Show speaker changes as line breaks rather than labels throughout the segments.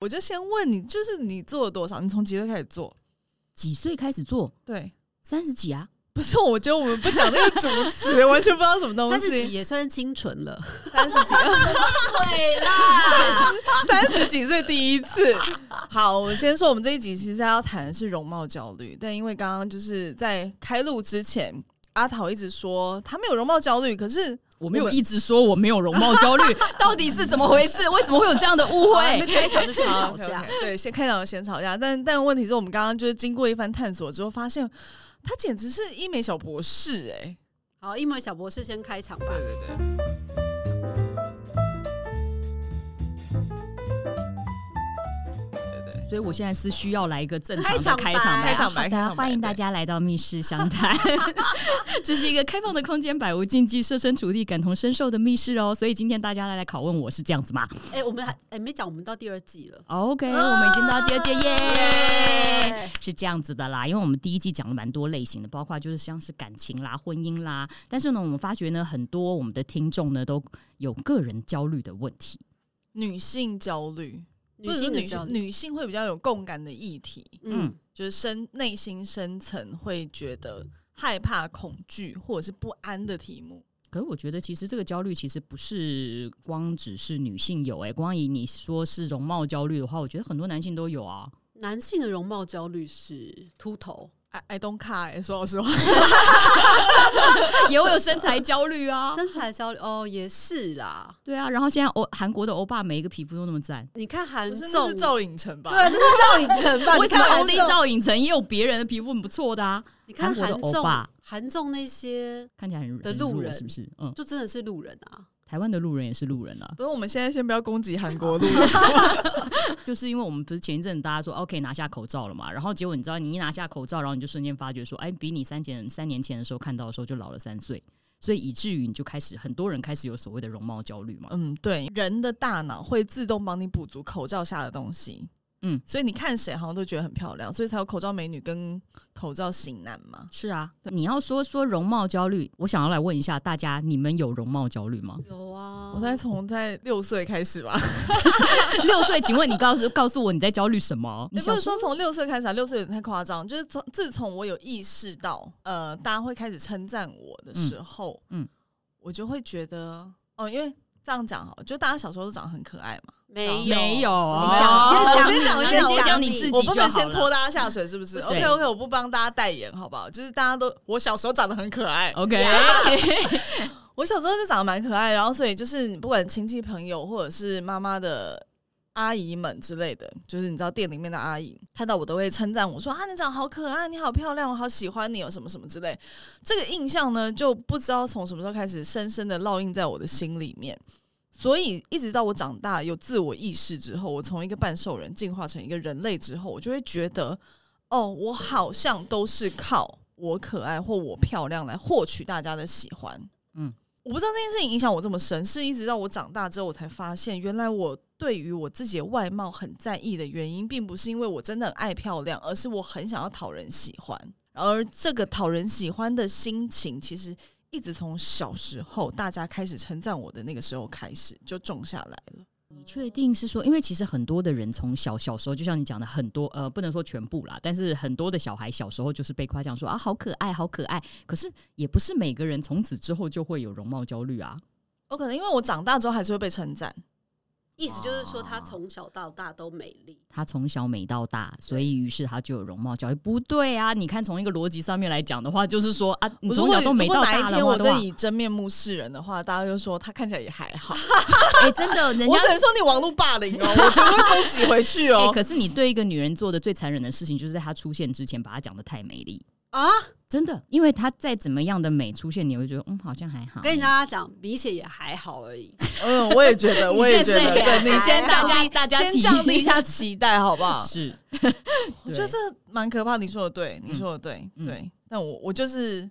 我就先问你，就是你做了多少？你从几岁开始做？
几岁开始做？
对，
三十几啊，
不是，我觉得我们不讲那个主 词，完全不知道什么东
三十几
西。
也算是清纯了。
三十几，
对 啦，
三十几岁第一次。好，我先说，我们这一集其实要谈的是容貌焦虑，但因为刚刚就是在开录之前，阿桃一直说她没有容貌焦虑，可是
我没有一直说我没有容貌焦 虑，到底是怎么回事？为什么会有这样的误
好你们
会？
开场就 先
好
吵
OK，OK，
架，
对，先开场先吵架，但但问题是我们刚刚就是经过一番探索之后，发现她简直是医美小博士哎、
好，一萌小博士先开场吧。
对对对。
所以我现在是需要来一个正常
开
的
场白
开场白，
开场白
好
开场
的，
白
欢迎大家来到密室相谈， 这是一个开放的空间，百无禁忌，设身处地，感同身受的密室哦。所以今天大家来来拷问我是这样子吗
哎，我们还哎没讲，我们到第二季了。
？OK，、
啊
我们已经到第二届嗯耶。
耶
是这样子的啦，因为我们第一季讲了蛮多类型的，包括就是像是感情啦、婚姻啦，但是呢，我们发觉呢，很多我们的听众呢都有个人焦虑的问题。
女性焦虑，
女性的
女
焦
性
虑，
女性会比较有共感的议题，
嗯，
就是深内心深层会觉得害怕、恐惧或者是不安的题目。
可是我觉得，其实这个焦虑其实不是光只是女性有、欸，光以你说是容貌焦虑的话，我觉得很多男性都有啊。
男性的容貌焦虑是秃头，
I I don't care，、欸、说老实话，
也有身材焦虑啊，
身材焦虑哦也是啦。
对啊。然后现在欧韩国的欧巴每一个皮肤都那么赞，
你看韩
不是那
综
是赵颖成吧？
对，那是赵寅 成吧？
为
啊你
什么
看
欧
韩
丽
综，
赵寅成也有别人的皮肤很不错的啊？
你看
韩
韩
国的欧
综
巴，
韩综那些
看起来很
的
很弱
路人
是不是？嗯，
就真的是路人啊。？
台湾的路人也是路人啊。
不是，我们现在先不要攻击韩国路人，
就是因为我们不是前一阵大家说 OK 拿下口罩了嘛，然后结果你知道你一拿下口罩，然后你就瞬间发觉说，哎，比你三前三年前的时候看到的时候就老了三岁，所以以至于你就开始很多人开始有所谓的容貌焦虑嘛。
嗯，对，人的大脑会自动帮你补足口罩下的东西。
嗯，
所以你看谁好像都觉得很漂亮，所以才有口罩美女跟口罩型男嘛。
是啊，你要说说容貌焦虑，我想要来问一下大家，你们有容貌焦虑吗
有啊，
我在从在六岁开始吧，
六岁，请问你告诉告诉我你在焦虑什么？你
也不
小
是
时候
说从六岁开始、啊，六岁有点太夸张。就是从自从我有意识到，呃，大家会开始称赞我的时候，嗯，
嗯嗯
我就会觉得，哦，因为这样讲好了，就大家小时候都长得很可爱嘛，
没有
没有？啊
你想
先讲
你
我
你
先讲
先讲你
你
自己
我不能
就好
先
了
拖大家下水，是不是
不是
？OK OK，我不帮大家代言，好不好？就是大家都，我小时候长得很可爱，
OK，
我小时候就长得蛮可爱，然后所以就是不管亲戚朋友或者是妈妈的阿姨们之类的，就是你知道店里面的阿姨看到我都会称赞我说啊，你长得好可爱，你好漂亮，我好喜欢你，有哦什么什么之类。这个印象呢，就不知道从什么时候开始，深深的烙印在我的心里面。所以一直到我长大有自我意识之后，我从一个半兽人进化成一个人类之后，我就会觉得，哦，我好像都是靠我可爱或我漂亮来获取大家的喜欢。嗯
嗯，
我不知道这件事情影响我这么深，是一直到我长大之后，我才发现，原来我对于我自己的外貌很在意的原因，并不是因为我真的很爱漂亮，而是我很想要讨人喜欢。而这个讨人喜欢的心情，其实一直从小时候大家开始称赞我的那个时候开始就种下来了。
你确定是说，因为其实很多的人从小小时候，就像你讲的，很多呃，不能说全部啦，但是很多的小孩小时候就是被夸奖说啊，好可爱，好可爱。可是也不是每个人从此之后就会有容貌焦虑啊。
我可能因为我长大之后还是会被称赞，
意思就是说他从小到大都美丽。
他从小美到大，所以于是他就有容貌焦虑。不对啊，你看从一个逻辑上面来讲的话，就是说啊，你
我如
从
果
小都啊美到
如
大
果哪一
的
天我
话的
真
话，
以真面目示人的话，大家就说他看起来也还好。
哎、真 的，人
我
家
只能说你网络霸凌哦，我绝对会攻击回去
哎、
哦。
可是你对一个女人做的最残忍的事情，就是在她出现之前把她讲的太美丽
啊！
真的，因为她再怎么样的美出现，你会觉得嗯，好像还好。
跟大家讲，鼻血也还好而已。
嗯，我也觉得，我也觉得，
你现在
对你先降低
大家大家
先
提
降低一下期待，好不 好？
是，
我觉得这蛮可怕。你说的对，你说的对，
嗯
对。但我我就是，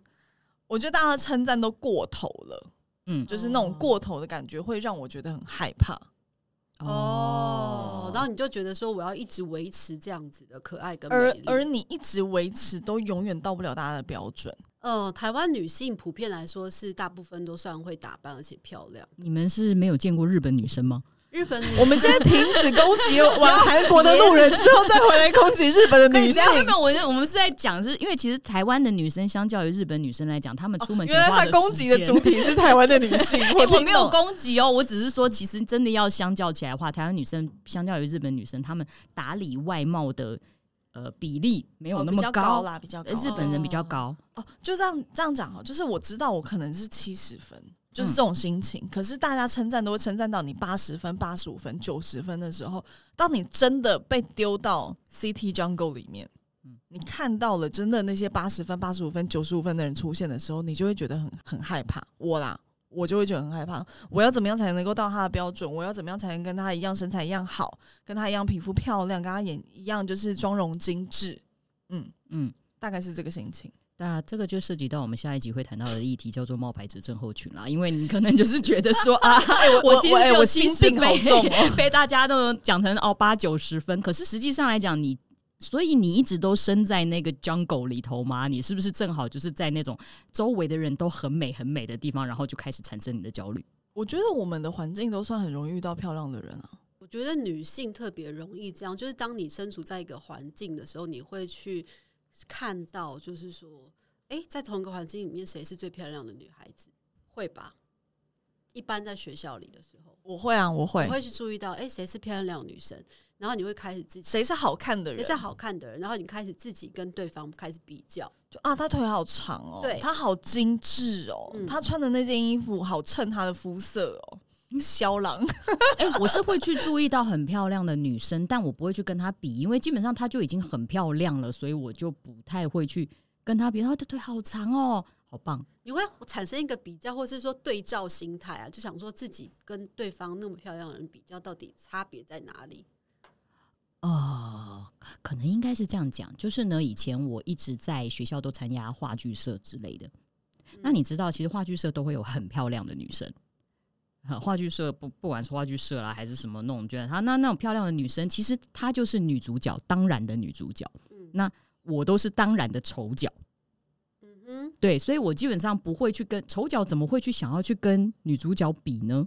我觉得大家称赞都过头了，
嗯
就是那种过头的感觉，会让我觉得很害怕。
哦，然后你就觉得说我要一直维持这样子的可爱跟美
而
丽。
而你一直维持，都永远到不了大家的标准。
呃，台湾女性普遍来说是大部分都算会打扮而且漂亮。
你们是没有见过日本女生吗？
日本女
我们
生
先停止攻击完韩国的路人之后，再回来攻击日本的女 性。
那我就我们是在讲，就是因为其实台湾的女生相较于日本女生来讲，她们出门前
哦原来
花
他攻
时
击的
间
主 体是台湾的女性，
欸
我
我
听
没
懂。
有攻击哦，我只是说，其实真的要相较起来的话，台湾女生相较于日本女生，她们打理外貌的呃比例没有那
哦比
么
较高啦，比较高
呃。日本人比较高。
哦，就这样这样讲哈，就是我知道我可能是七十分，就是这种心情。可是大家称赞都会称赞到你八十分、八十五分、九十分的时候，当你真的被丢到 CT Jungle 里面，你看到了真的那些八十分、八十五分、九十五分的人出现的时候，你就会觉得很很害怕。我啦。我就会觉得很害怕，我要怎么样才能够到他的标准？我要怎么样才能跟他一样身材一样好，跟他一样皮肤漂亮，跟他演一样就是妆容精致？嗯，
嗯，
大概是这个心情。
那这个就涉及到我们下一集会谈到的议题，叫做冒牌者症候群啦。因为你可能就是觉得说啊，其实
我哎
只
我
有
心
七
病
十
好
被
重哦
被大家都讲成哦八九十分，可是实际上来讲你。所以你一直都身在那个 jungle 里头吗？你是不是正好就是在那种周围的人都很美很美的地方，然后就开始产生你的 焦虑？
我觉得我们的环境都算很容易遇到漂亮的人啊。
我觉得女性特别容易这样，就是当你身处在一个环境的时候，你会去看到，就是说，诶，在同一个环境里面，谁是最漂亮的女孩子？会吧？一般在学校里的时候，
我会啊，我会
你。会去注意到，诶，谁是漂亮的女生？然后你会开始自己
谁是好看的
谁
人？
是好看的人，然后你开始自己跟对方开始比较。
就啊，她腿好长哦，
对
她好精致哦，
嗯
她穿的那件衣服好衬她的肤色哦。肖郎，
哎、我是会去注意到很漂亮的女生，但我不会去跟她比，因为基本上她就已经很漂亮了，所以我就不太会去跟她比。她的腿好长哦，好棒。
你会产生一个比较，或是说对照心态啊，就想说自己跟对方那么漂亮的人比较，到底差别在哪里？
呃，可能应该是这样讲，就是呢，以前我一直在学校都参加话剧社之类的。那你知道，其实话剧社都会有很漂亮的女生。呃话剧社不不管是话剧社啦，还是什么那种，觉得她那那种漂亮的女生，其实她就是女主角，当然的女主角。
嗯
那我都是当然的丑角，
嗯哼，
对，所以我基本上不会去跟丑角，怎么会去想要去跟女主角比呢？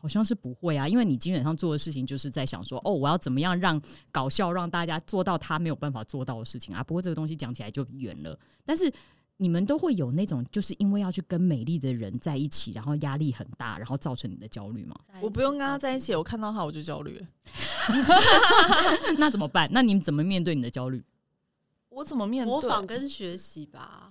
好像是不会啊，因为你基本上做的事情就是在想说，哦，我要怎么样让搞笑让大家做到他没有办法做到的事情啊。不过这个东西讲起来就远了，但是你们都会有那种就是因为要去跟美丽的人在一起，然后压力很大，然后造成你的焦虑吗？
我不用跟她在一起，我看到她我就焦虑。
那怎么办？那你们怎么面对你的焦虑？
我怎么面对？
模仿跟学习吧。哦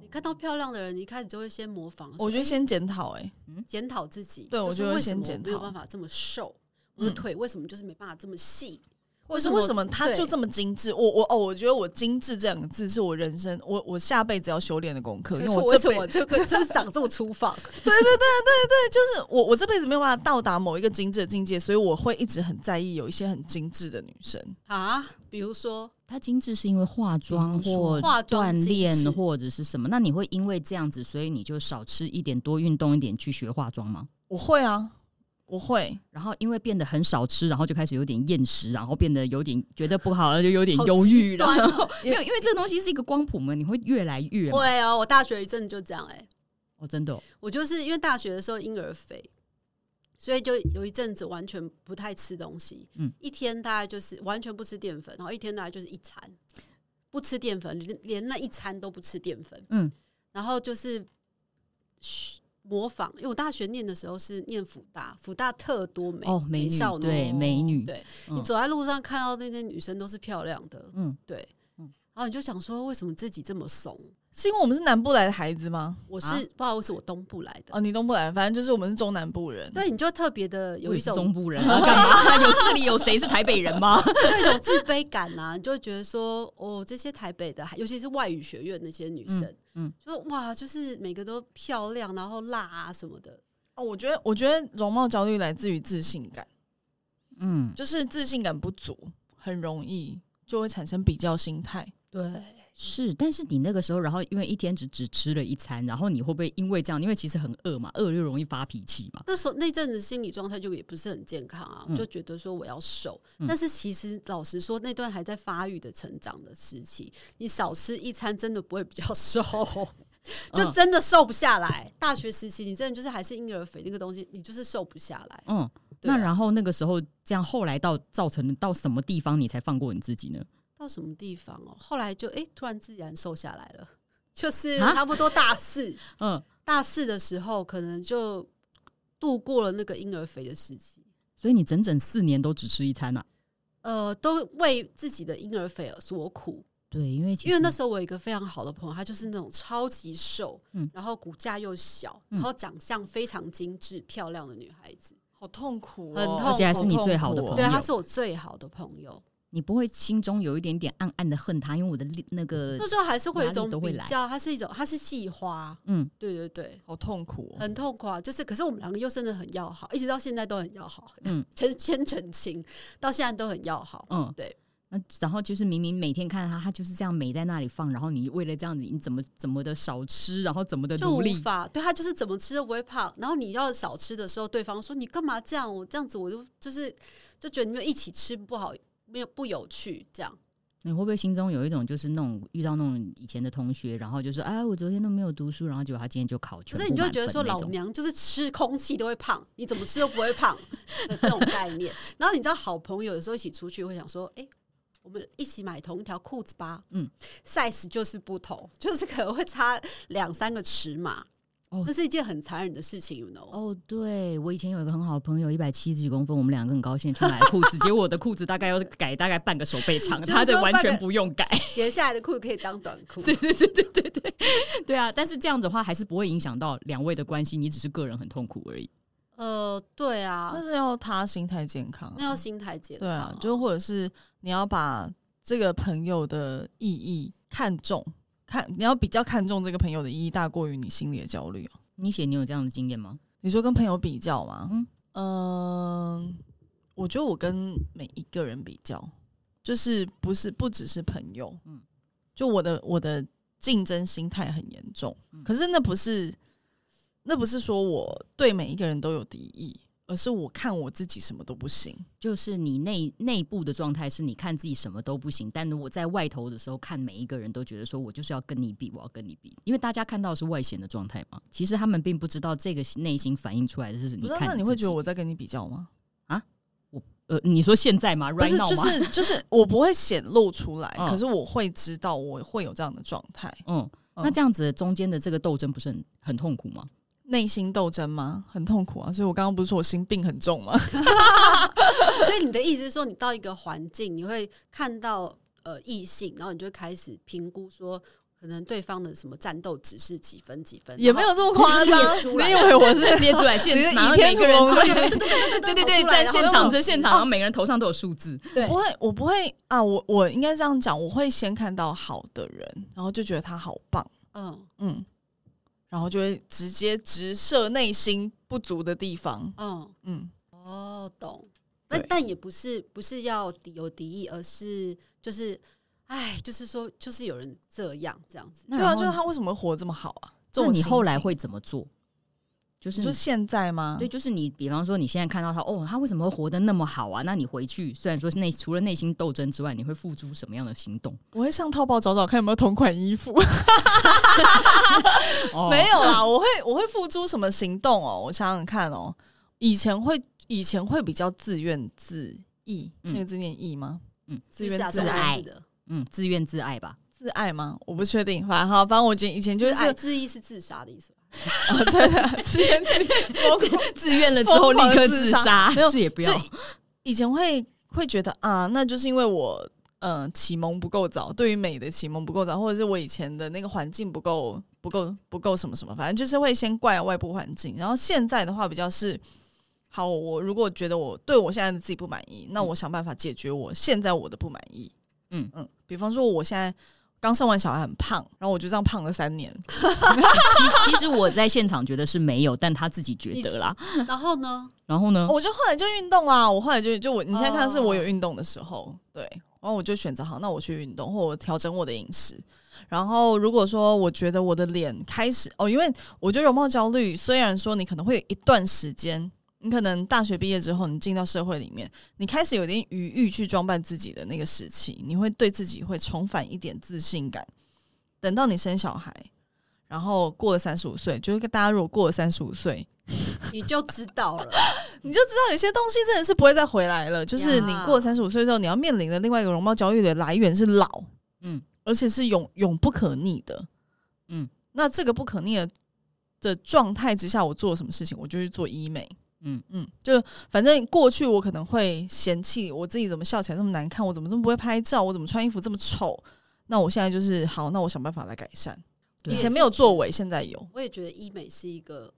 你看到漂亮的人，你一开始就会先模仿，
我觉得
说
先检讨哎，
哎检讨自己，
对我
就是
觉得
为什
先
么
检
我没有
讨
办法这么瘦，我的
嗯
腿为什么就是没办法这么细？
或者是为什么她
对
就这么精致？我我哦，我觉得我精致这两个字是我人生我我下辈子要修炼的功课，因
就是
我 这
为什
辈
么这个就是长这么 粗放？
就是我我这辈子没有办法到达某一个精致的境界，所以我会一直很在意有一些很精致的女生。
啊，比如说，
它精致是因为嗯化妆
比如说
或
化妆
锻
精致
炼或者是什么？那你会因为这样子，所以你就少吃一点，多运动一点，去学化妆吗？
我会啊，我会。
然后因为变得很少吃，然后就开始有点厌食，然后变得有点觉得不好，然后就有点
好
忧郁，
极
然
端哦
后 没 有，因为这个东西是一个光谱嘛，你会越来越嘛
会哦，我大学一阵就这样哎、
哦，真的哦、
我就是因为大学的时候婴儿肥，所以就有一阵子完全不太吃东西，
嗯
一天大概就是完全不吃淀粉，然后一天大概就是一餐不吃淀粉，连连那一餐都不吃淀粉，
嗯，
然后就是嘘模仿，因为我大学念的时候是念辅大，辅大特多美
哦，美
美
女
少女，
对美女，
对
嗯
你走在路上看到那些女生都是漂亮的，
嗯，
对，
嗯
然后你就想说为什么自己这么怂？
是因为我们是南部来的孩子吗？
我是、
啊
不好意思，我东部来的。
哦，你东部来，反正就是我们是中南部人。
对，你就特别的有
我
一
也是
种
中部人 啊，干嘛？有市里有谁是台北人吗？
就有一种自卑感呐、你就会觉得说，哦，这些台北的，尤其是外语学院那些女生，
嗯
就哇，就是每个都漂亮，然后辣啊什么的，
哦，我觉得，我觉得容貌焦虑来自于自信感，
嗯，
就是自信感不足，很容易就会产生比较心态。
对，
是，但是你那个时候，然后因为一天只只吃了一餐，然后你会不会因为这样？因为其实很饿嘛，饿就容易发脾气嘛。
那时候那阵子心理状态就也不是很健康啊，
嗯
就觉得说我要瘦，
嗯
但是其实老实说，那 段还在发育的成长的时期，你少吃一餐真的不会比较瘦，就
嗯
真的瘦不下来。大学时期，你真的就是还是婴儿肥那个东西，你就是瘦不下来。
嗯，
对啊
那然后那个时候这样，后来到造成到什么地方你才放过你自己呢？
到什么地方哦？后来就哎、诶突然自然瘦下来了，就是
啊
差不多大四，
嗯，
大四的时候可能就度过了那个婴儿肥的时期。
所以你整整四年都只吃一餐啊？
呃，都为自己的婴儿肥而所苦，
对，因为其
因为
实
那时候我有一个非常好的朋友，他就是那种超级瘦，
嗯
然后骨架又小，
嗯
然后长相非常精致漂亮的女孩子，
好痛苦、哦，
很痛
而且还是你最好的
好痛苦哦
朋
对，
友，
她是我最好的朋友。
你不会心中有一点点暗暗的恨他，因为我的力那个
那时候还是会有一
哪
种
里都会
比
来
较，她是一种，她是系花，
嗯，
对对对，
好痛苦、哦。
很痛苦啊。就是，可是我们两个又真的很要好，一直到现在都很要好，
嗯
嗯，先先澄清，到现在都很要好，
嗯，
对。
那然后就是明明每天看他，他就是这样美在那里放，然后你为了这样子，你怎么怎么的少吃，然后怎么的
就
努
无
力，
法对他就是怎么吃都不会胖，然后你要少吃的时候，对方说你干嘛这样？我这样子我就就是就觉得你们一起吃不好，没有不有趣这样。
你会不会心中有一种就是那种遇到那种以前的同学，然后就说哎，我昨天都没有读书，然后结果他今天就考全
可
部
是你就会觉得
满
说
分那
老
种
娘就是吃空气都会胖，你怎么吃都不会胖的这种概念。然后你知道好朋友有时候一起出去会想说，哎、我们一起买同一条裤子吧，
嗯
嗯，size 就是不同，就是可能会差两三个尺码，
哦
那是一件很残忍的事情，you know。
哦，对我以前有一个很好的朋友，一百七十几公分，我们两个很高兴地去买裤子，结果我的裤子大概要改大概半个手 背长，
就是
他的
说
完
半
全
个
不用改。
斜下来的裤子可以当短裤，
对啊，但是这样子的话还是不会影响到两位的关系，你只是个人很痛苦而已。
呃，对啊，
但是要他心态健康啊、
那要心态解
对啊，就或者是你要把这个朋友的意义看重，看你要比较看重这个朋友的意义，大过于你心里的焦虑哦、
你写你有这样的经验吗？
你说跟朋友比较吗？
嗯
嗯、我觉得我跟每一个人比较，就是不是不只是朋友，
嗯
嗯，就我的我的竞争心态很严重，
嗯
可是那不是那不是说我对每一个人都有敌意，而是我看我自己什么都不行。
就是你内内部的状态是你看自己什么都不行，但我在外头的时候看每一个人都觉得说我就是要跟你比，我要跟你比，因为大家看到的是外显的状态嘛，其实他们并不知道这个内心反映出来的是
不
你
知道
看
那你会
自己
觉得我在跟你比较吗？
呃，你说现在吗
不
？Right
是，
now 吗？
就是就是我不会显露出来，
嗯
可是我会知道我会有这样的状态，
嗯，
嗯
那这样子中间的这个斗争不是很很痛苦吗？
内心斗争吗？很痛苦啊！所以我刚刚不是说我心病很重吗？
所以你的意思是说，你到一个环境，你会看到呃异性，然后你就会开始评估说，可能对方的什么战斗值是几分几分，
也没有这么夸张
列，出
你
来
以为我是
列出来
你
现
是，
马上
倚
每
天
个
屠
人
龙
出
吗？
来，
对
对对对，在现场在
哦
哦
现场，然后每个人头上都有数字，
对
不会，我不会啊！我我应该这样讲，我会先看到好的人，然后就觉得他好棒，
嗯
嗯，然后就会直接直射内心不足的地方，
嗯，
嗯，
哦，懂。那
对
但也不是不是要敌有敌意，而是就是，哎，就是说，就是有人这样这样子。
那
对
然
啊，
后
就是他为什么活这么好啊？这
那
种
你
心
后来
情
会怎么做？就
你
是
说现在吗？
对，就是你，比方说你现在看到他，哦，他为什么会活得那么好啊？那你回去，虽然说内除了内心斗争之外，你会付出什么样的行动？
我会上淘宝找找看有没有同款衣服。
哦
没有啦，我会我会付出什么行动哦？我想想看哦，以前会以前会比较自怨自艾，
嗯
那个字念艾吗？
嗯，
自怨
是
自
啊
自
艾，
爱
是的，
嗯，自怨自艾吧。
自爱吗？我不确定，反正好，反正我觉得以前就
就是是爱自意是自杀的意思吧。
哦对的，自怨自艾。我
自愿了之后立
疯狂
刻
自
自
杀
杀，
没有
是也不要
就。 以前会会觉得啊，那就是因为我呃启蒙不够早，对于美的启蒙不够早，或者是我以前的那个环境不够不够不够什么什么，反正就是会先怪外部环境。然后现在的话比较是，好，我如果觉得我对我现在的自己不满意，那我想办法解决我现在我的不满意。
嗯
嗯嗯，比方说我现在。刚生完小孩很胖，然后我就这样胖了三年。
其其实我在现场觉得是没有，但他自己觉得啦。
然后呢，
然后
哦
呢？
我就后来就运动啦，我后来就就我你现在看的是我有运动的时候，对，然后我就选择好，那我去运动，或我调整我的饮食。然后如果说我觉得我的脸开始哦，因为我觉得容貌焦虑，虽然说你可能会有一段时间，你可能大学毕业之后，你进到社会里面，你开始有点余欲去装扮自己的那个时期，你会对自己会重返一点自信感。等到你生小孩，然后过了三十五岁，就是大家如果过了三十五岁，
你就知道了。
你就知道有些东西真的是不会再回来了。就是你过了三十五岁之后，你要面临的另外一个容貌焦虑的来源是老，
嗯
而且是永永不可逆的。
嗯
那这个不可逆的的状态之下，我做什么事情，我就去做医美。
嗯
嗯，就反正过去我可能会嫌弃我自己怎么笑起来这么难看，我怎么这么不会拍照，我怎么穿衣服这么丑。那我现在就是好，那我想办法来改善。
对
以前没有作为，现在有。
我也觉得医美是一个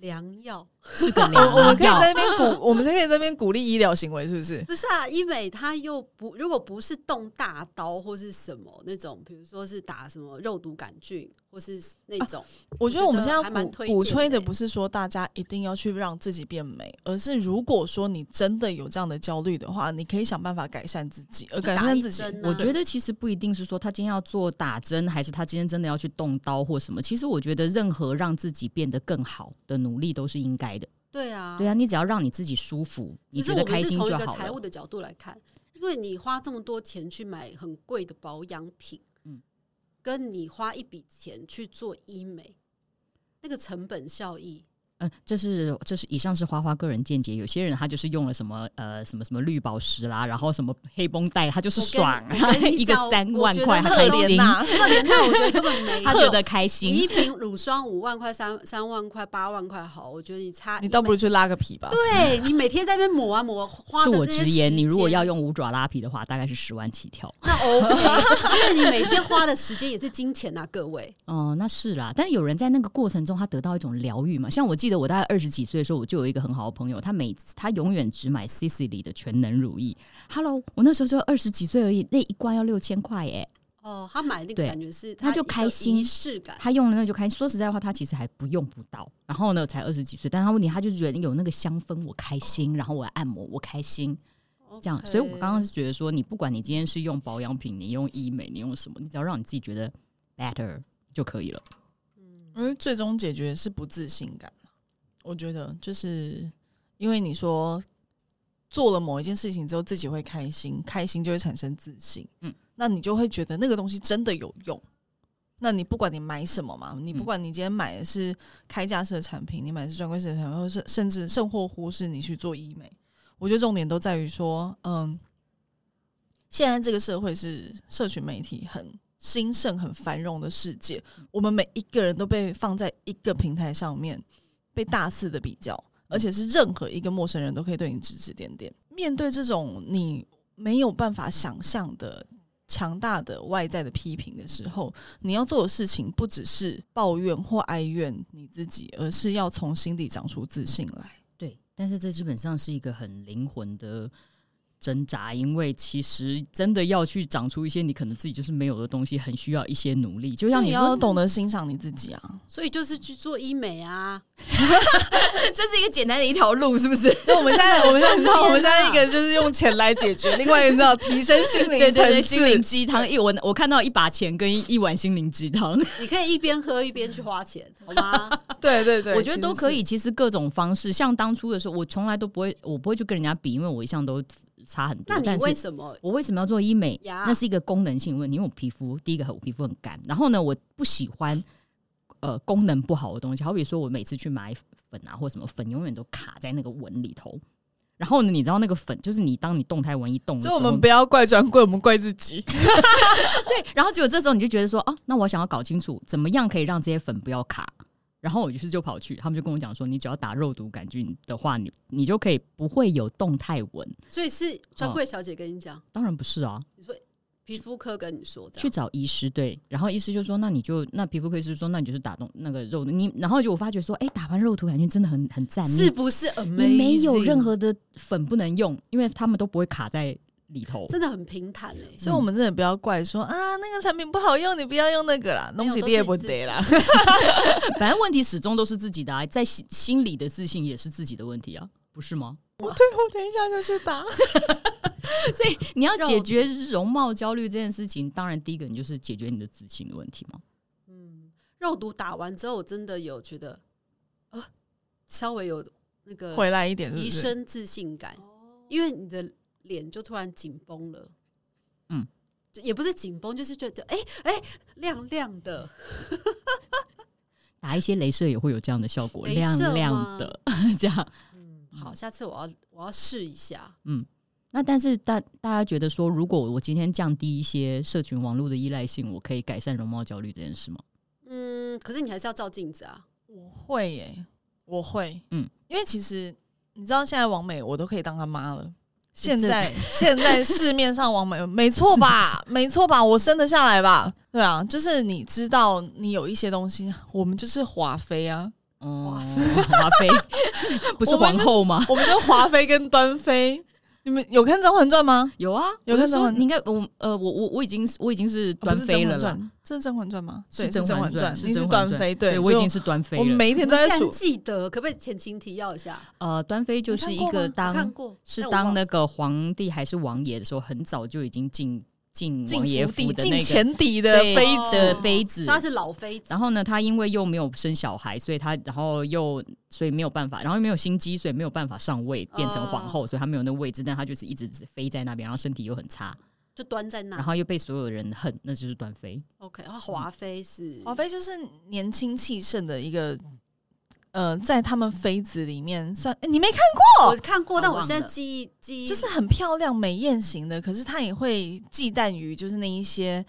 良药，
是 个
我我们
良
可以
药
在那边鼓，我们可以在那边鼓励医疗行为，是不是？
不是啊？医美它又不，如果不是动大刀或是什么那种，比如说是打什么肉毒杆菌或是那
啊
种，
我觉得我们现在
还蛮
鼓
推荐
鼓吹的
的欸
不是说大家一定要去让自己变美，而是如果说你真的有这样的焦虑的话，你可以想办法改善自己，而
就
改
打
善
一
自己，
针啊
我觉得其实不一定是说他今天要做打针，还是他今天真的要去动刀或什么。其实我觉得任何让自己变得更好的努力都是应该的。
对啊，
对啊，你只要让你自己舒服，你
只是
觉
我
得
们
开
是
心
从一
就
个
好
财务
了。
的角度来看，因为你花这么多钱去买很贵的保养品，
嗯
跟你花一笔钱去做医美，那个成本 效益，
嗯，这是这是以上是花花个人见解。有些人他就是用了什么呃什么什么绿宝石啦，然后什么黑绷带，他就是
我跟
爽
我， 跟你
一个
讲
三
我
万
觉得
块他
特
开
别
心，
呐，
那连那我觉得根本没
他
有。
觉得开
你
心。
一瓶乳霜五万块、三三万块、八万块好，我觉得你差
你倒不
如
如去拉个皮吧。
对哎你每天在那边抹啊抹，花
恕
的
我
这些
直言，
时
你如果
间
要用五爪拉皮的话，大概是十万起跳。
那 OK，因为你每天花的时间也是金钱呐、各位。
哦、那是啦，但有人在那个过程中，他得到一种疗愈嘛。像我记得我大概二十几岁的时候，我就有一个很好的朋友，他每次他永远只买 Cici 里的全能乳液。Hello，我那时候就二十几岁而已，那一罐要六千块耶。
哦，他买那个
对
感觉是
他就
一个
开心
仪式感。
他用了那就开心。说实在话，他其实还不用不到，然后呢才二十几岁，但他问题他就觉得有那个香氛我开心，然后我按摩我开心，这样。所以我刚刚是觉得说，你不管你今天是用保养品，你用医美，你用什么，你只要让你自己觉得 better 就可以了。嗯
因为最终解决是不自信感。啊我觉得就是因为你说做了某一件事情之后自己会开心，开心就会产生自信，嗯
嗯，
那你就会觉得那个东西真的有用。那你不管你买什么嘛，你不
嗯
管你今天买的是开架式的产品，你买的是专柜式的产品，或是甚至甚或忽视你去做医美，我觉得重点都在于说，嗯，现在这个社会是社群媒体很兴盛、很繁荣的世界，我们每一个人都被放在一个平台上面，被大肆的比较，
嗯
而且是任何一个陌生人都可以对你指指点点。面对这种你没有办法想象的强大的外在的批评的时候，你要做的事情不只是抱怨或哀怨你自己，而是要从心底长出自信来。
对，但是这基本上是一个很灵魂的挣扎，因为其实真的要去长出一些你可能自己就是没有的东西，很需要一些努力。就
就
像
你
你
要
说，
懂得欣赏你自己啊！
所以就是去做医美啊，
这是一个简单的一条路，是不是？
就我们现在，我们现在你知道，我们现在
天哪
一个就是用钱来解决，另外一个你知道提升心灵层次。
对对对，心灵鸡汤一我我看到一把钱跟一一碗心灵鸡汤，
你可以一边喝一边去花钱，好 吗？
对对对，
我觉得都可
其实是
以。其实各种方式，像当初的时候，我从来都不会，我不会去跟人家比，因为我一向都差很多。
那你
但是
为什么？
我为什么要做医美
呀
那是一个功能性问题，因为我皮肤第一个我皮肤很干，然后呢，我不喜欢呃功能不好的东西，好比说我每次去买粉啊或什么粉，永远都卡在那个纹里头。然后呢，你知道那个粉就是你当你动态纹一动了之
所以
后，
我们不要怪专柜，我们怪自己。
对，然后结果这时候你就觉得说，哦、那我想要搞清楚怎么样可以让这些粉不要卡。然后我于是就跑去，他们就跟我讲说，你只要打肉毒杆菌的话，你你就可以不会有动态纹。
所以
哦
是专柜小姐跟你讲，
当然不是啊，
你说皮肤科跟你说这
去
样，
找医师，对，然后医师就说，那你就那皮肤科医师说，那你就是打动那个肉毒，你然后就我发觉说，哎、打完肉毒杆菌真的很很赞，你
是不是 a m
你没有任何的粉不能用，因为他们都不会卡在里头。
真的很平坦哎、
所以，我们真的不要怪说啊，那个产品不好用，你不要用那个啦，东西你也不得啦。
反正问题始终都是自己的、啊，在心心里的自信也是自己的问题啊，不是吗？
我等一下就去打。
所以你要
肉
解决容貌焦虑这件事情，当然第一个你就是解决你的自信的问题嘛。
嗯，肉毒打完之后，我真的有觉得啊，稍微有那 个
回来一点是不
提
是，
升自信感，因为你的脸就突然紧绷了。
嗯
就，也不是紧绷，就是觉得哎哎、亮亮的，
打一些镭射也会有这样的效果，
镭
亮
射吗
亮的 这样。
嗯，好，下次我要我要试一下。
那但是大大家觉得说，如果我今天降低一些社群网络的依赖性，我可以改善容貌焦虑这件事吗？
嗯，可是你还是要照镜子啊。
我会耶、我会，
嗯
嗯，因为其实你知道，现在王美我都可以当他妈了。现
这
在 现在市面上王美，没错吧？没错吧？我生得下来吧？对啊，就是你知道，你有一些东西，我们就是华妃啊，
哦，华 妃不是皇后吗？
我们就华妃跟端妃。 你们有看《甄嬛传》吗？
有啊，
有
我就
看甄
说
嬛
你应该我呃我我我已经我已经是
啊
端
不是《
妃
甄
了
嬛
啦
传，》，这是《甄嬛传》吗？对，
是
是《
甄
甄嬛
传
传》，，
是
你是
甄嬛
端
传
妃，
对
就
我已经是端妃
我
了。
每一天
你
都在
竟然
数
记得，可不可以前情提要一下？
呃，端妃就是一个
你
我看
当
过，
是
但我
当
忘了
那个皇帝还是王爷的时候，很早就已经进进
进
王爷
府
府
邸、
的
进
那个
前邸的
对
妃
哦
子，
的妃子
所以。她是老妃子
然后呢，她因为又没有生小孩，所以她然后又所以没有办法，然后又没有心机，所以没有办法上位变成皇
哦
后，所以她没有那个位置，但她就是一直飞在那边，然后身体又很差，
就端在那。
然后又被所有人恨，那就是端妃。
OK，然后华妃是
华妃就是年轻气盛的一个，呃，在他们妃子里面算、诶你没看过，
我看过，但
我
我
忘
现在
了
记忆记忆
就是很漂亮美艳型的，可是她也会忌惮于就是那一些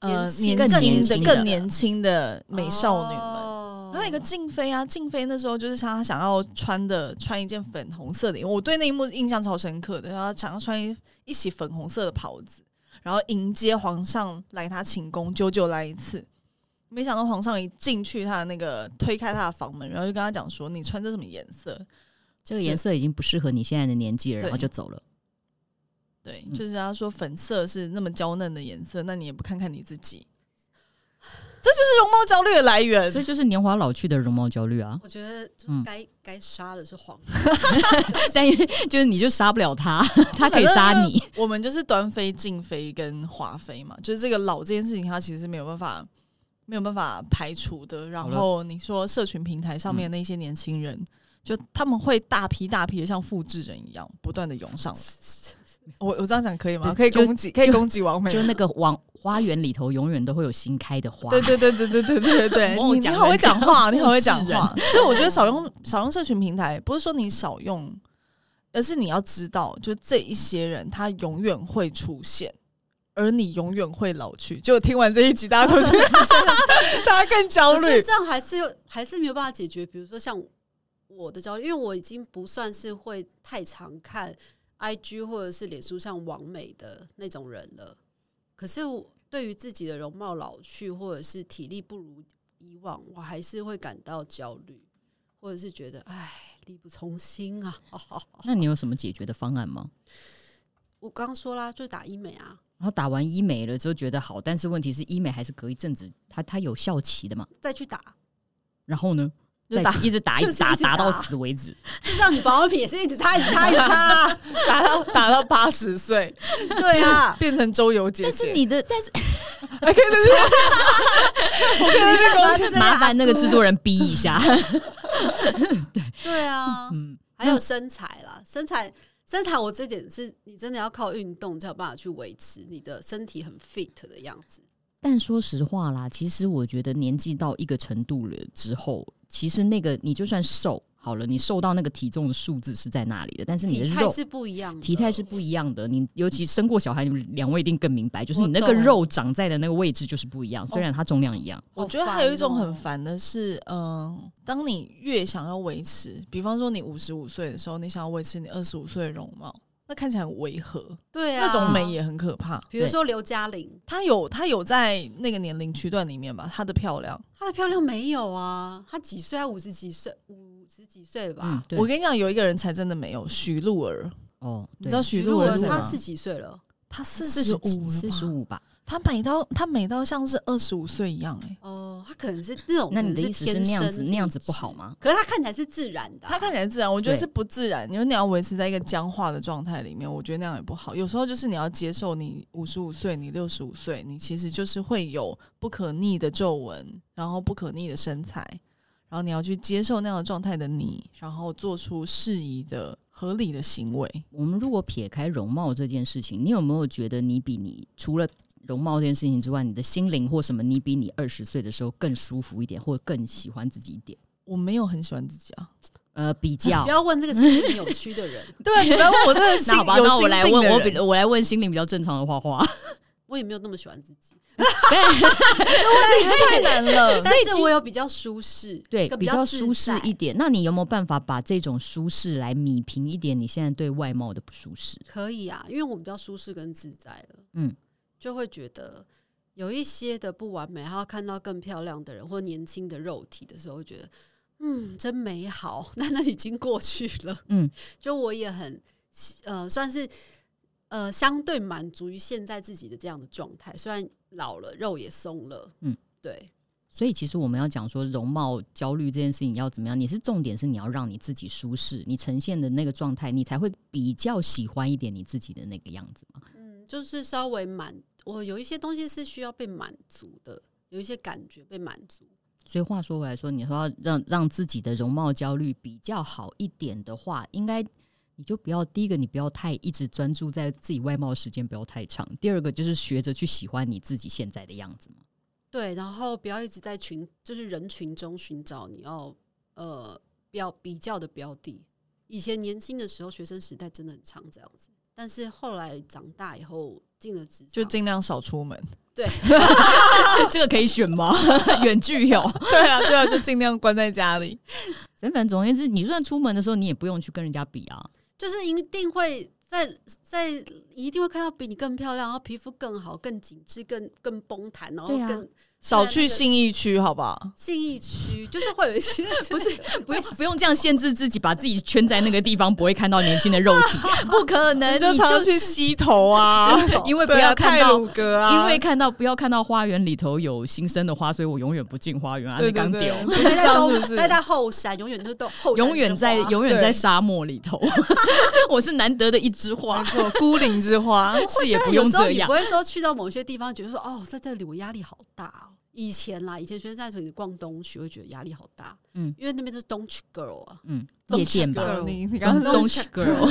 呃
年轻
年轻
更年轻的
更年轻的美少女们。
们
还有一个静妃啊，静妃那时候就是她想要穿的穿一件粉红色的，我对那一幕印象超深刻的。她想要穿一一袭粉红色的袍子，然后迎接皇上来她寝宫，久久来一次。没想到皇上一进去，她的那个推开她的房门，然后就跟她讲说：“你穿这什么颜色
这个颜色已经不适合你现在的年纪了，然后
对
就走了。？”
对，
嗯
就是她说粉色是那么娇嫩的颜色，那你也不看看你自己， 这就是容貌焦虑的来源。
这就是年华老去的容貌焦虑啊！
我觉得就
嗯
是该该杀的是皇后，
但因为就是你就杀不了他，他可以杀你。
我们就是端妃、静妃跟华妃嘛，就是这个老这件事情，它其实是没有办法没有办法排除的。然后你说社群平台上面的那些年轻
嗯
人，就他们会大批大批的像复制人一样，不断的涌上 来。我我这样讲可以吗？可以
就
攻击，可以攻击王美
就。那个往花园里头，永远都会有新开的花。
对对对对对对对对对，
我
你你
讲
好
人
会讲
家
话，你
复
好会
制
讲
人
话。所以我觉得少用 少用社群平台，不是说你少用，而是你要知道，就这一些人他永远会出现，而你永远会老去。就听完这一集，大家都觉得大家更 焦
可是
虑。
这样还是还是没有办法解决。比如说像我的焦虑，因为我已经不算是会太常看 IG 或者是脸书上网美的那种人了。可是我对于自己的容貌老去，或者是体力不如以往，我还是会感到焦虑，或者是觉得唉，力不从心啊。
那你有什么解决的方案吗？
我刚刚说啦，就打医美啊，
然后打完医美了之后觉得好，但是问题是医美还是隔一阵子，它它有效期的嘛？
再去打，
然后呢，
就
再
打
一直打，一
就
直
是
打，
一直
打到
打
死为止。
就像你保养品也是一直擦一直擦
差
一
一
直擦，
差，打到打到八十岁，
对 啊。
变成周游姐
但
姐
是。你的，但是
哎可以对对对我可以
干嘛这样
麻烦那个制作人逼一 下。
对啊，
嗯，
还有身材啦，身材身材，我这点是你真的要靠运动才有办法去维持你的身体很 fit 的样子。
但说实话啦，其实我觉得年纪到一个程度了之后，其实那个你就算瘦好了，你瘦到那个体重的数字是在那里的，但是你的
体态
肉。
是不一样的，
体态是不一样的，你尤其生过小孩，你们两位一定更明白，就是你那
我
个
懂
肉长在的那个位置就是不一样，虽然它重量一样。
我
好
觉得
烦
还有一种很
哦
烦的是，嗯、当你越想要维持，比方说你五十五岁的时候，你想要维持你二十五岁的容貌，那看起来很违和，
对啊，
那种美也很可怕。
比如说刘嘉玲，
她有她有在那个年龄区段里面吧，她的漂亮。
她的漂亮没有啊？她几岁啊？五十几岁，五十几岁吧？
嗯，对
我，跟你讲，有一个人才真的没有，许露儿，
哦，
你
对
知道许
如
露
果
儿是
啊
她
吗？
四几岁了
她四
四
十
十
五，
四十，五吧？
她美到她美到像是二十五岁一样、欸，哎，
哦，她可能是那种，
那你的
可能
意思是
天
那样
生
子那样子
丽质
不好？吗？
可是她看起来是自然的啊、
她看起来自然，我觉得
对
是不自然，因为你要维持在一个僵化的状态里面，我觉得那样也不好。有时候就是你要接受你五十五岁，你六十五岁，你其实就是会有不可逆的皱纹，然后不可逆的身材，然后你要去接受那样的状态的你，然后做出适宜的、合理的行为。
我们如果撇开容貌这件事情，你有没有觉得你比你除了容貌这件事情之外，你的心灵或什么，你比你二十岁的时候更舒服一点，或更喜欢自己一点。
我没有很喜欢自己啊。
呃，比较
不。要问这个心理扭曲 的人，
对啊，你不要问我这个心
那好吧，
有
那我
心
来
病
问
的
我
人
比我来问心灵比较正常的花花。
我也没有那么喜欢自己，
太难 了。
但是我有比较舒适，
对，
跟
比较舒
自
适
在
一点。那你有没有办法把这种舒适来米平一点你现在对外貌的不舒适？
可以啊，因为我比较舒适跟自在了，
嗯，
就会觉得有一些的不完美，然后看到更漂亮的人或年轻的肉体的时候，会觉得嗯，真美好，但那已经过去了，
嗯，
就我也很呃，算是呃相对满足于现在自己的这样的状态，虽然老了，肉也松了，
嗯，
对，
所以其实我们要讲说容貌焦虑这件事情要怎么样？你是重点是你要让你自己舒适，你呈现的那个状态，你才会比较喜欢一点你自己的那个样子嘛。
嗯，就是稍微满，我有一些东西是需要被满足的，有一些感觉被满足。
所以话说回来说，你说要让让自己的容貌焦虑比较好一点的话，应该你就不要第一个，你不要太一直专注在自己外貌的时间不要太长；第二个就是学着去喜欢你自己现在的样子嘛。
对，然后不要一直在群，就是人群中寻找你要呃标比较的标的。以前年轻的时候，学生时代真的很常这样子，但是后来长大以后进了职场，
就尽量少出门。
这个可以选吗？ 远距有。
对啊，对啊，就尽量关在家里。
所以反正总而言之，你就算出门的时候，你也不用去跟人家比啊。
就是一定会在在一定会看到比你更漂亮，然后皮肤更好、更紧致、更更崩弹，然后
对啊
更
少去信义区，好不好？
信义区，就是会有一些
不 是，不用不用这样限制自己，把自己圈在那个地方，不会看到年轻的肉体，不可能。
你
你
就常常去溪头啊，
因为不
对啊
要看
泰
到，
鲁阁啊，
因为看到不要看到花园里头有新生的花，所以我永远不进花园啊，
对
那
对
刚
对
丢，，
就是这
待 在
样是
东
不是？
待在后山，永远都是都 后山
永远
之
在
花
永远在
对
沙漠里 头。我是难得的一枝花
没，错，孤岭之 花，
是也
但
不
有
用
时候
这
你
样
不。会说去到某些地方，觉得说哦，在这里我压力好大哦。以前啦，以前学生在你逛东区会觉得压力好大，
嗯
因为那边就是东区 girl 啊，
嗯，夜店吧，
Girl
你你刚
东
刚
东
说
西 girl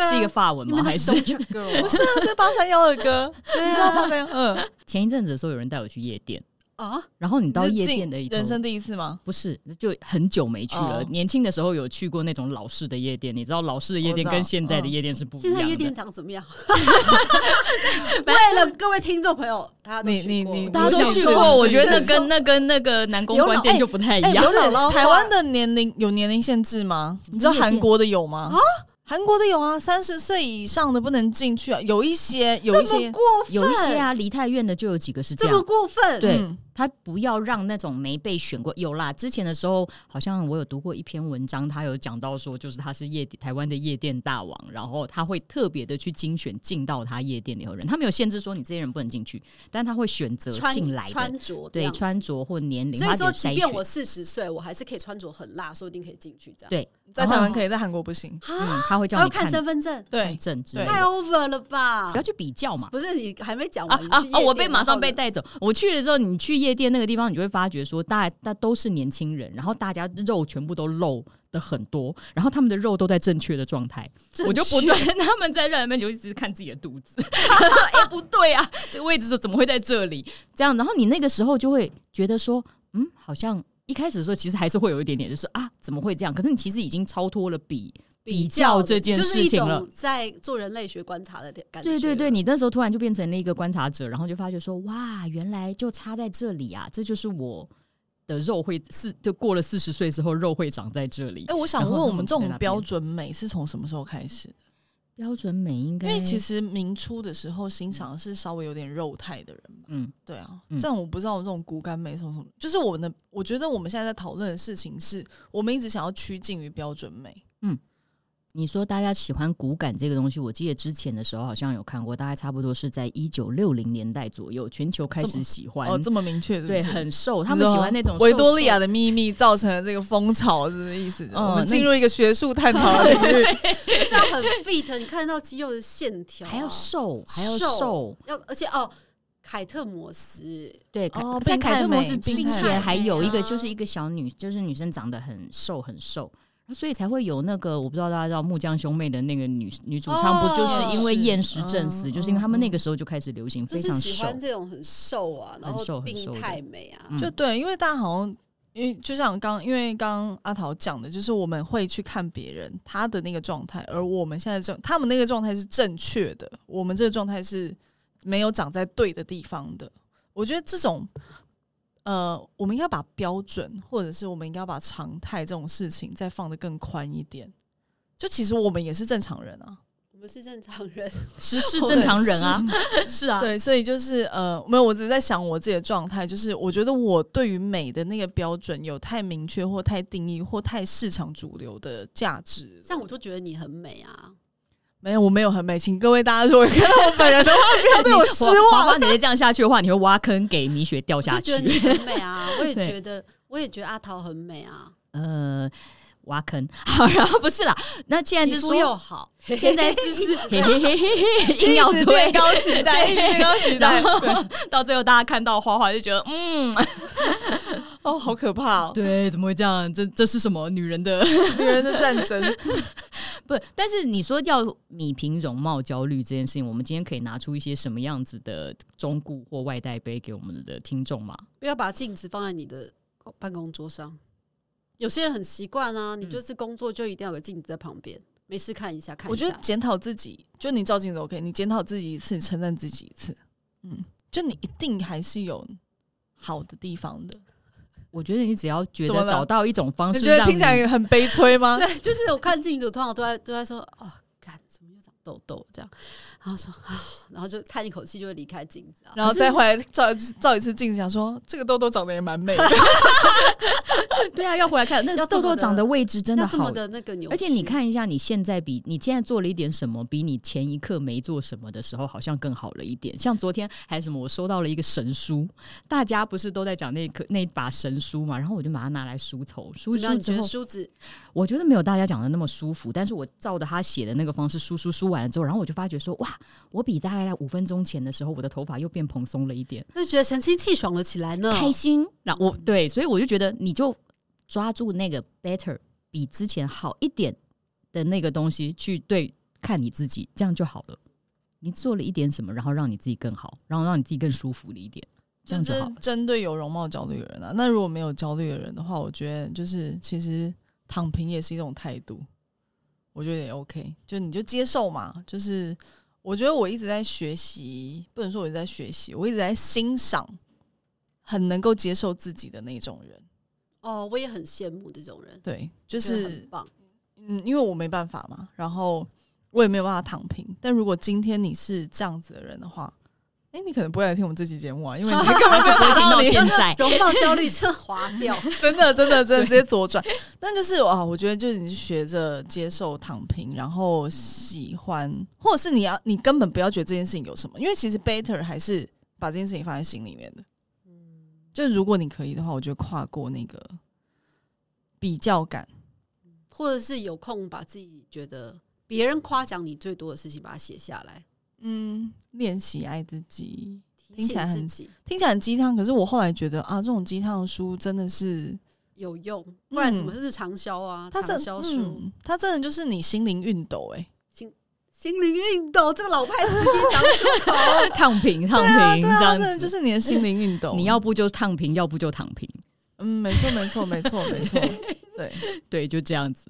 啊
是一个法文
那
吗？
边都
还
是
是啊
东区 girl 啊
不 是啊，是八三幺的 歌，
对
你知道八三幺？嗯，
前一阵子的时候，有人带我去夜店，
啊，
然后你到
是
夜
进
店的一头
人生第一次吗？
不是，就很久没去了。
哦
年轻的时候有去过那种老式的夜店，你知道老式的夜店
我知道
跟现在的夜店是不一
现
样的。
在夜店长怎么哦 样？啊为了各位听众朋友，大家都
你
去过
你你
大家都去过，我觉得那跟那跟那个南宫关店就不太一
哎，
样。
不是
有老
台
话
湾的年龄有年龄限制啊吗？你知道韩国的有吗？韩国的有啊，三十岁以上的不能进去啊，有一些有一
这
些
么，过分，
有一些啊，梨泰院的就有几个是这
这么
样。
过分，
对
嗯
他不要让那种没被选过有啦。之前的时候，好像我有读过一篇文章，他有讲到说，就是他是夜店台湾的夜店大王，然后他会特别的去精选进到他夜店里头的人，他没有限制说你这些人不能进去，但他会选择
穿
进来的
穿着这
对
样子
穿着或年龄，
所
他
以
就
说，即
筛
便
选
我四十岁，我还是可以穿着很辣，说不定可以进去这样。
对，
在台湾可以，在韩国不行。
啊，
嗯，他会叫
还要
你
看
看
身份证，
对，
证之类
对
太
的，
over 了吧
不要？去比较 嘛。
不是你还没讲
啊
完，你去
啊
夜
啊！
店
我被马上被。
然后
带走。我去了之后，你去夜店那个地方，你就会发觉说，大大都是年轻人，然后大家肉全部都露的很多，然后他们的肉都在正确的状态，
正确
我就不断 他们在那边就一直看自己的肚 子，哎、不对啊，这个位置怎么会在这里？这样，然后你那个时候就会觉得说，嗯，好像一开始的时候其实还是会有一点点，就是啊，怎么会这样？可是你其实已经超脱了比比较这件
就是
事
一
情了
种。在做人类学观察的感觉。
对对对，，你那时候突然就变成了一个观察者，然后就发觉说，哇，原来就差在这里啊，这就是我的肉会四，就过了四十岁之后肉会长在这里。
哎，我想
然后
问，
他
我
们
们这
在那
种
边
标准美是从什么时候开始的？
标准美应该，
因为其实明初的时候欣赏的是稍微有点肉态的人嘛。
嗯，
对啊，
嗯
这样我不知道这种骨感美什么什么，就是我们的，我觉得我们现在在讨论的事情是，我们一直想要趋近于标准美。
你说大家喜欢骨感这个东西，我记得之前的时候好像有看过，大概差不多是在一九六零年代左右，全球开
这
始
么
喜欢。
哦，这么明确是不
对，
是？
很瘦，
你
他们
知
喜
道
欢那种
维多利亚
的。
的秘密造成了这个风潮，是这意思。
嗯
我们
那
进入一个学术探讨领域，
就是要很 fit，你看到肌肉的线条啊，
还要瘦，还要
瘦
瘦，
要，而且哦，凯特摩斯
对，
哦
在
病态
凯特摩
美嗯
斯之
病态
前还有一个，
美啊
就是一个小女，就是女生长得很瘦很瘦，所以才会有那个我不知道大家知道木匠兄妹的那个女女主唱，不就是因为
哦是
厌食症死，
嗯
就是因为他们
嗯
那个时候就开始流行
就
非
是
常
喜
瘦，
欢这种很瘦啊，然
很瘦
后
很瘦
病
的
态美啊，
嗯
就对，因为大家好像。因为就像刚，因为刚刚阿桃讲的，就是我们会去看别人他的那个状态，而我们现在正他们那个状态是正确的，我们这个状态是没有长在对的地方的。我觉得这种，呃，我们应该把标准，或者是我们应该把常态这种事情再放得更宽一点。就其实我们也是正常人啊，
我们是正常人，
是是正常人啊，是啊，
对，所以就是呃，没有，我只是在想我自己的状态，就是我觉得我对于美的那个标准有太明确或太定义或太市场主流的价值了。
像我就觉得你很美啊，
没有，我没有很美，请各位大家如果看到我本人的话，不要对我失
你花
望。
花你再这样下去的话，你会挖坑给米雪掉
我
下
就
去
觉得。你很美啊，我也
对
觉得，我也觉得阿桃很美啊，
呃，挖坑。好，然后不是啦，那既然
皮
是
肤
说
又好，
现在是是嘿嘿嘿嘿嘿，硬要
一直
推
变高 期待，一直变高期待
然，后
对，
到最后大家看到花花就觉得， 嗯，
哦，好可怕 哦，
对，怎么会这样？这这是什么女人的？
女人的战争。
不，但是你说要米平容貌焦虑这件事情，我们今天可以拿出一些什么样子的中顾或外带杯给我们的听众吗？
不要把镜子放在你的办公桌上。有些人很习惯啊，
嗯
你就是工作就一定要有个镜子在旁边，没事看一下看一
我觉
下
得。检讨自己，就你照镜子 OK，你检讨自己一次，称赞自己一次，嗯，就你一定还是有好的地方的。
我觉得你只要觉
怎么
得
了
找到一种方
你
式
觉得
让你，
听起来很悲催吗？
对，就是我看镜子，我通常都在都在说，哦，干怎么又长痘痘这样，然后说啊，然后就叹一口气就会离开镜子啊。
然后再回来照照一次镜子，想说这个痘痘长得也蛮美的。
对啊，要回来看，那
要这
痘
么
痘
的
长的位置真
要
的
这么
好
的那个扭曲，
而且你看一下，你现在比你现在做了一点什么，比你前一刻没做什么的时候，好像更好了一点。像昨天还有什么，我收到了一个神书，大家不是都在讲那颗那把神书嘛，然后我就把它拿来梳头，梳
怎
一
么
梳
样？你觉
之
得
后，
梳子
我觉得没有大家讲的那么舒服，但是我照着他写的那个方式梳梳梳完了之后，然后我就发觉说，哇，我比大概在五分钟前的时候，我的头发又变蓬松了一点。
那就觉得神清气爽了起来呢？
开心。然嗯后我对，所以我就觉得你就抓住那个 better 比之前好一点的那个东西去对看你自己，这样就好了。你做了一点什么，然后让你自己更好，然后让你自己更舒服了一点，
就
这样就好
是
了。
针对有容貌焦虑的人啊，那如果没有焦虑的人的话，我觉得就是其实躺平也是一种态度，我觉得也 OK，就你就接受嘛。就是我觉得我一直在学习，不能说我一直在学习，我一直在欣赏很能够接受自己的那种人。
哦，我也很羡慕这种人，
对，就
觉得很
是
棒。
嗯，因为我没办法嘛，然后我也没有办法躺平。但如果今天你是这样子的人的话，哎、你可能不会来听我们这期节目啊，因为你根本没 有达
听
到
到
你
现在，
容貌焦虑这划 掉，
真的，真的，真的直接左转。但就是啊，我觉得就是你是学着接受躺平，然后喜欢，或者是你要你根本不要觉得这件事情有什么，因为其实 better 还是把这件事情放在心里面的。就如果你可以的话，我觉得跨过那个比较感，
或者是有空把自己觉得别人夸奖你最多的事情把它写下来，
嗯，练习爱自己。
提
听起来
醒自
很
己
听起来很鸡汤，可是我后来觉得啊，这种鸡汤的书真的是
有用，不然怎
嗯
么是畅销啊？
它
畅
真
销书、
嗯，它真的就是你心灵熨斗哎、
心灵熨斗，这个老派词一讲出口，
躺平，躺
对
平，这
啊，
样
真的就
子。
是你的心灵熨斗。
你要不就躺平，要不就躺平，
嗯，没错，没错，没 错，没错，对，
对，就这样子。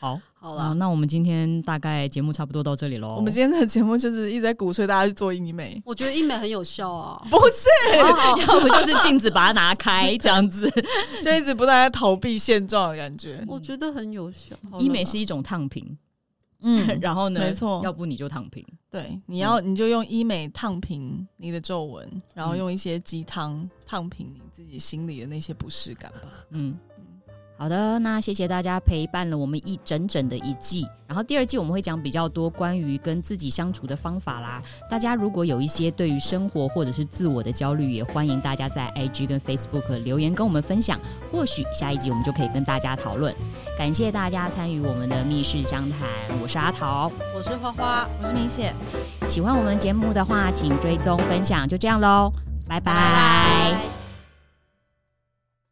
好，
好
好，
了，
那我们今天大概节目差不多到这里喽。
我 们今天的节目就是一直在鼓吹大家去做医美， 。
我觉得医美很有效啊哦
不是，
好好
要不就是镜子把它拿开，这 样子。
就一直不断在逃避现状的感觉。
我觉得很有效。好了
医美是一种躺平，
嗯，
然后呢，
没错
要不你就躺平，
对，你要
嗯
你就用医美烫平你的皱纹，然后用一些鸡汤烫平你自己心里的那些不适感吧。
嗯。好的，那谢谢大家陪伴了我们一整整的一季。然后第二季我们会讲比较多关于跟自己相处的方法啦。大家如果有一些对于生活或者是自我的焦虑，也欢迎大家在 IG 跟 Facebook 留言跟我们分享。或许下一集我们就可以跟大家讨论。感谢大家参与我们的密室相谈，我是阿桃。
我是花花，
我是明显，
喜欢我们节目的话，请追踪分享。就这样喽，拜拜
拜拜。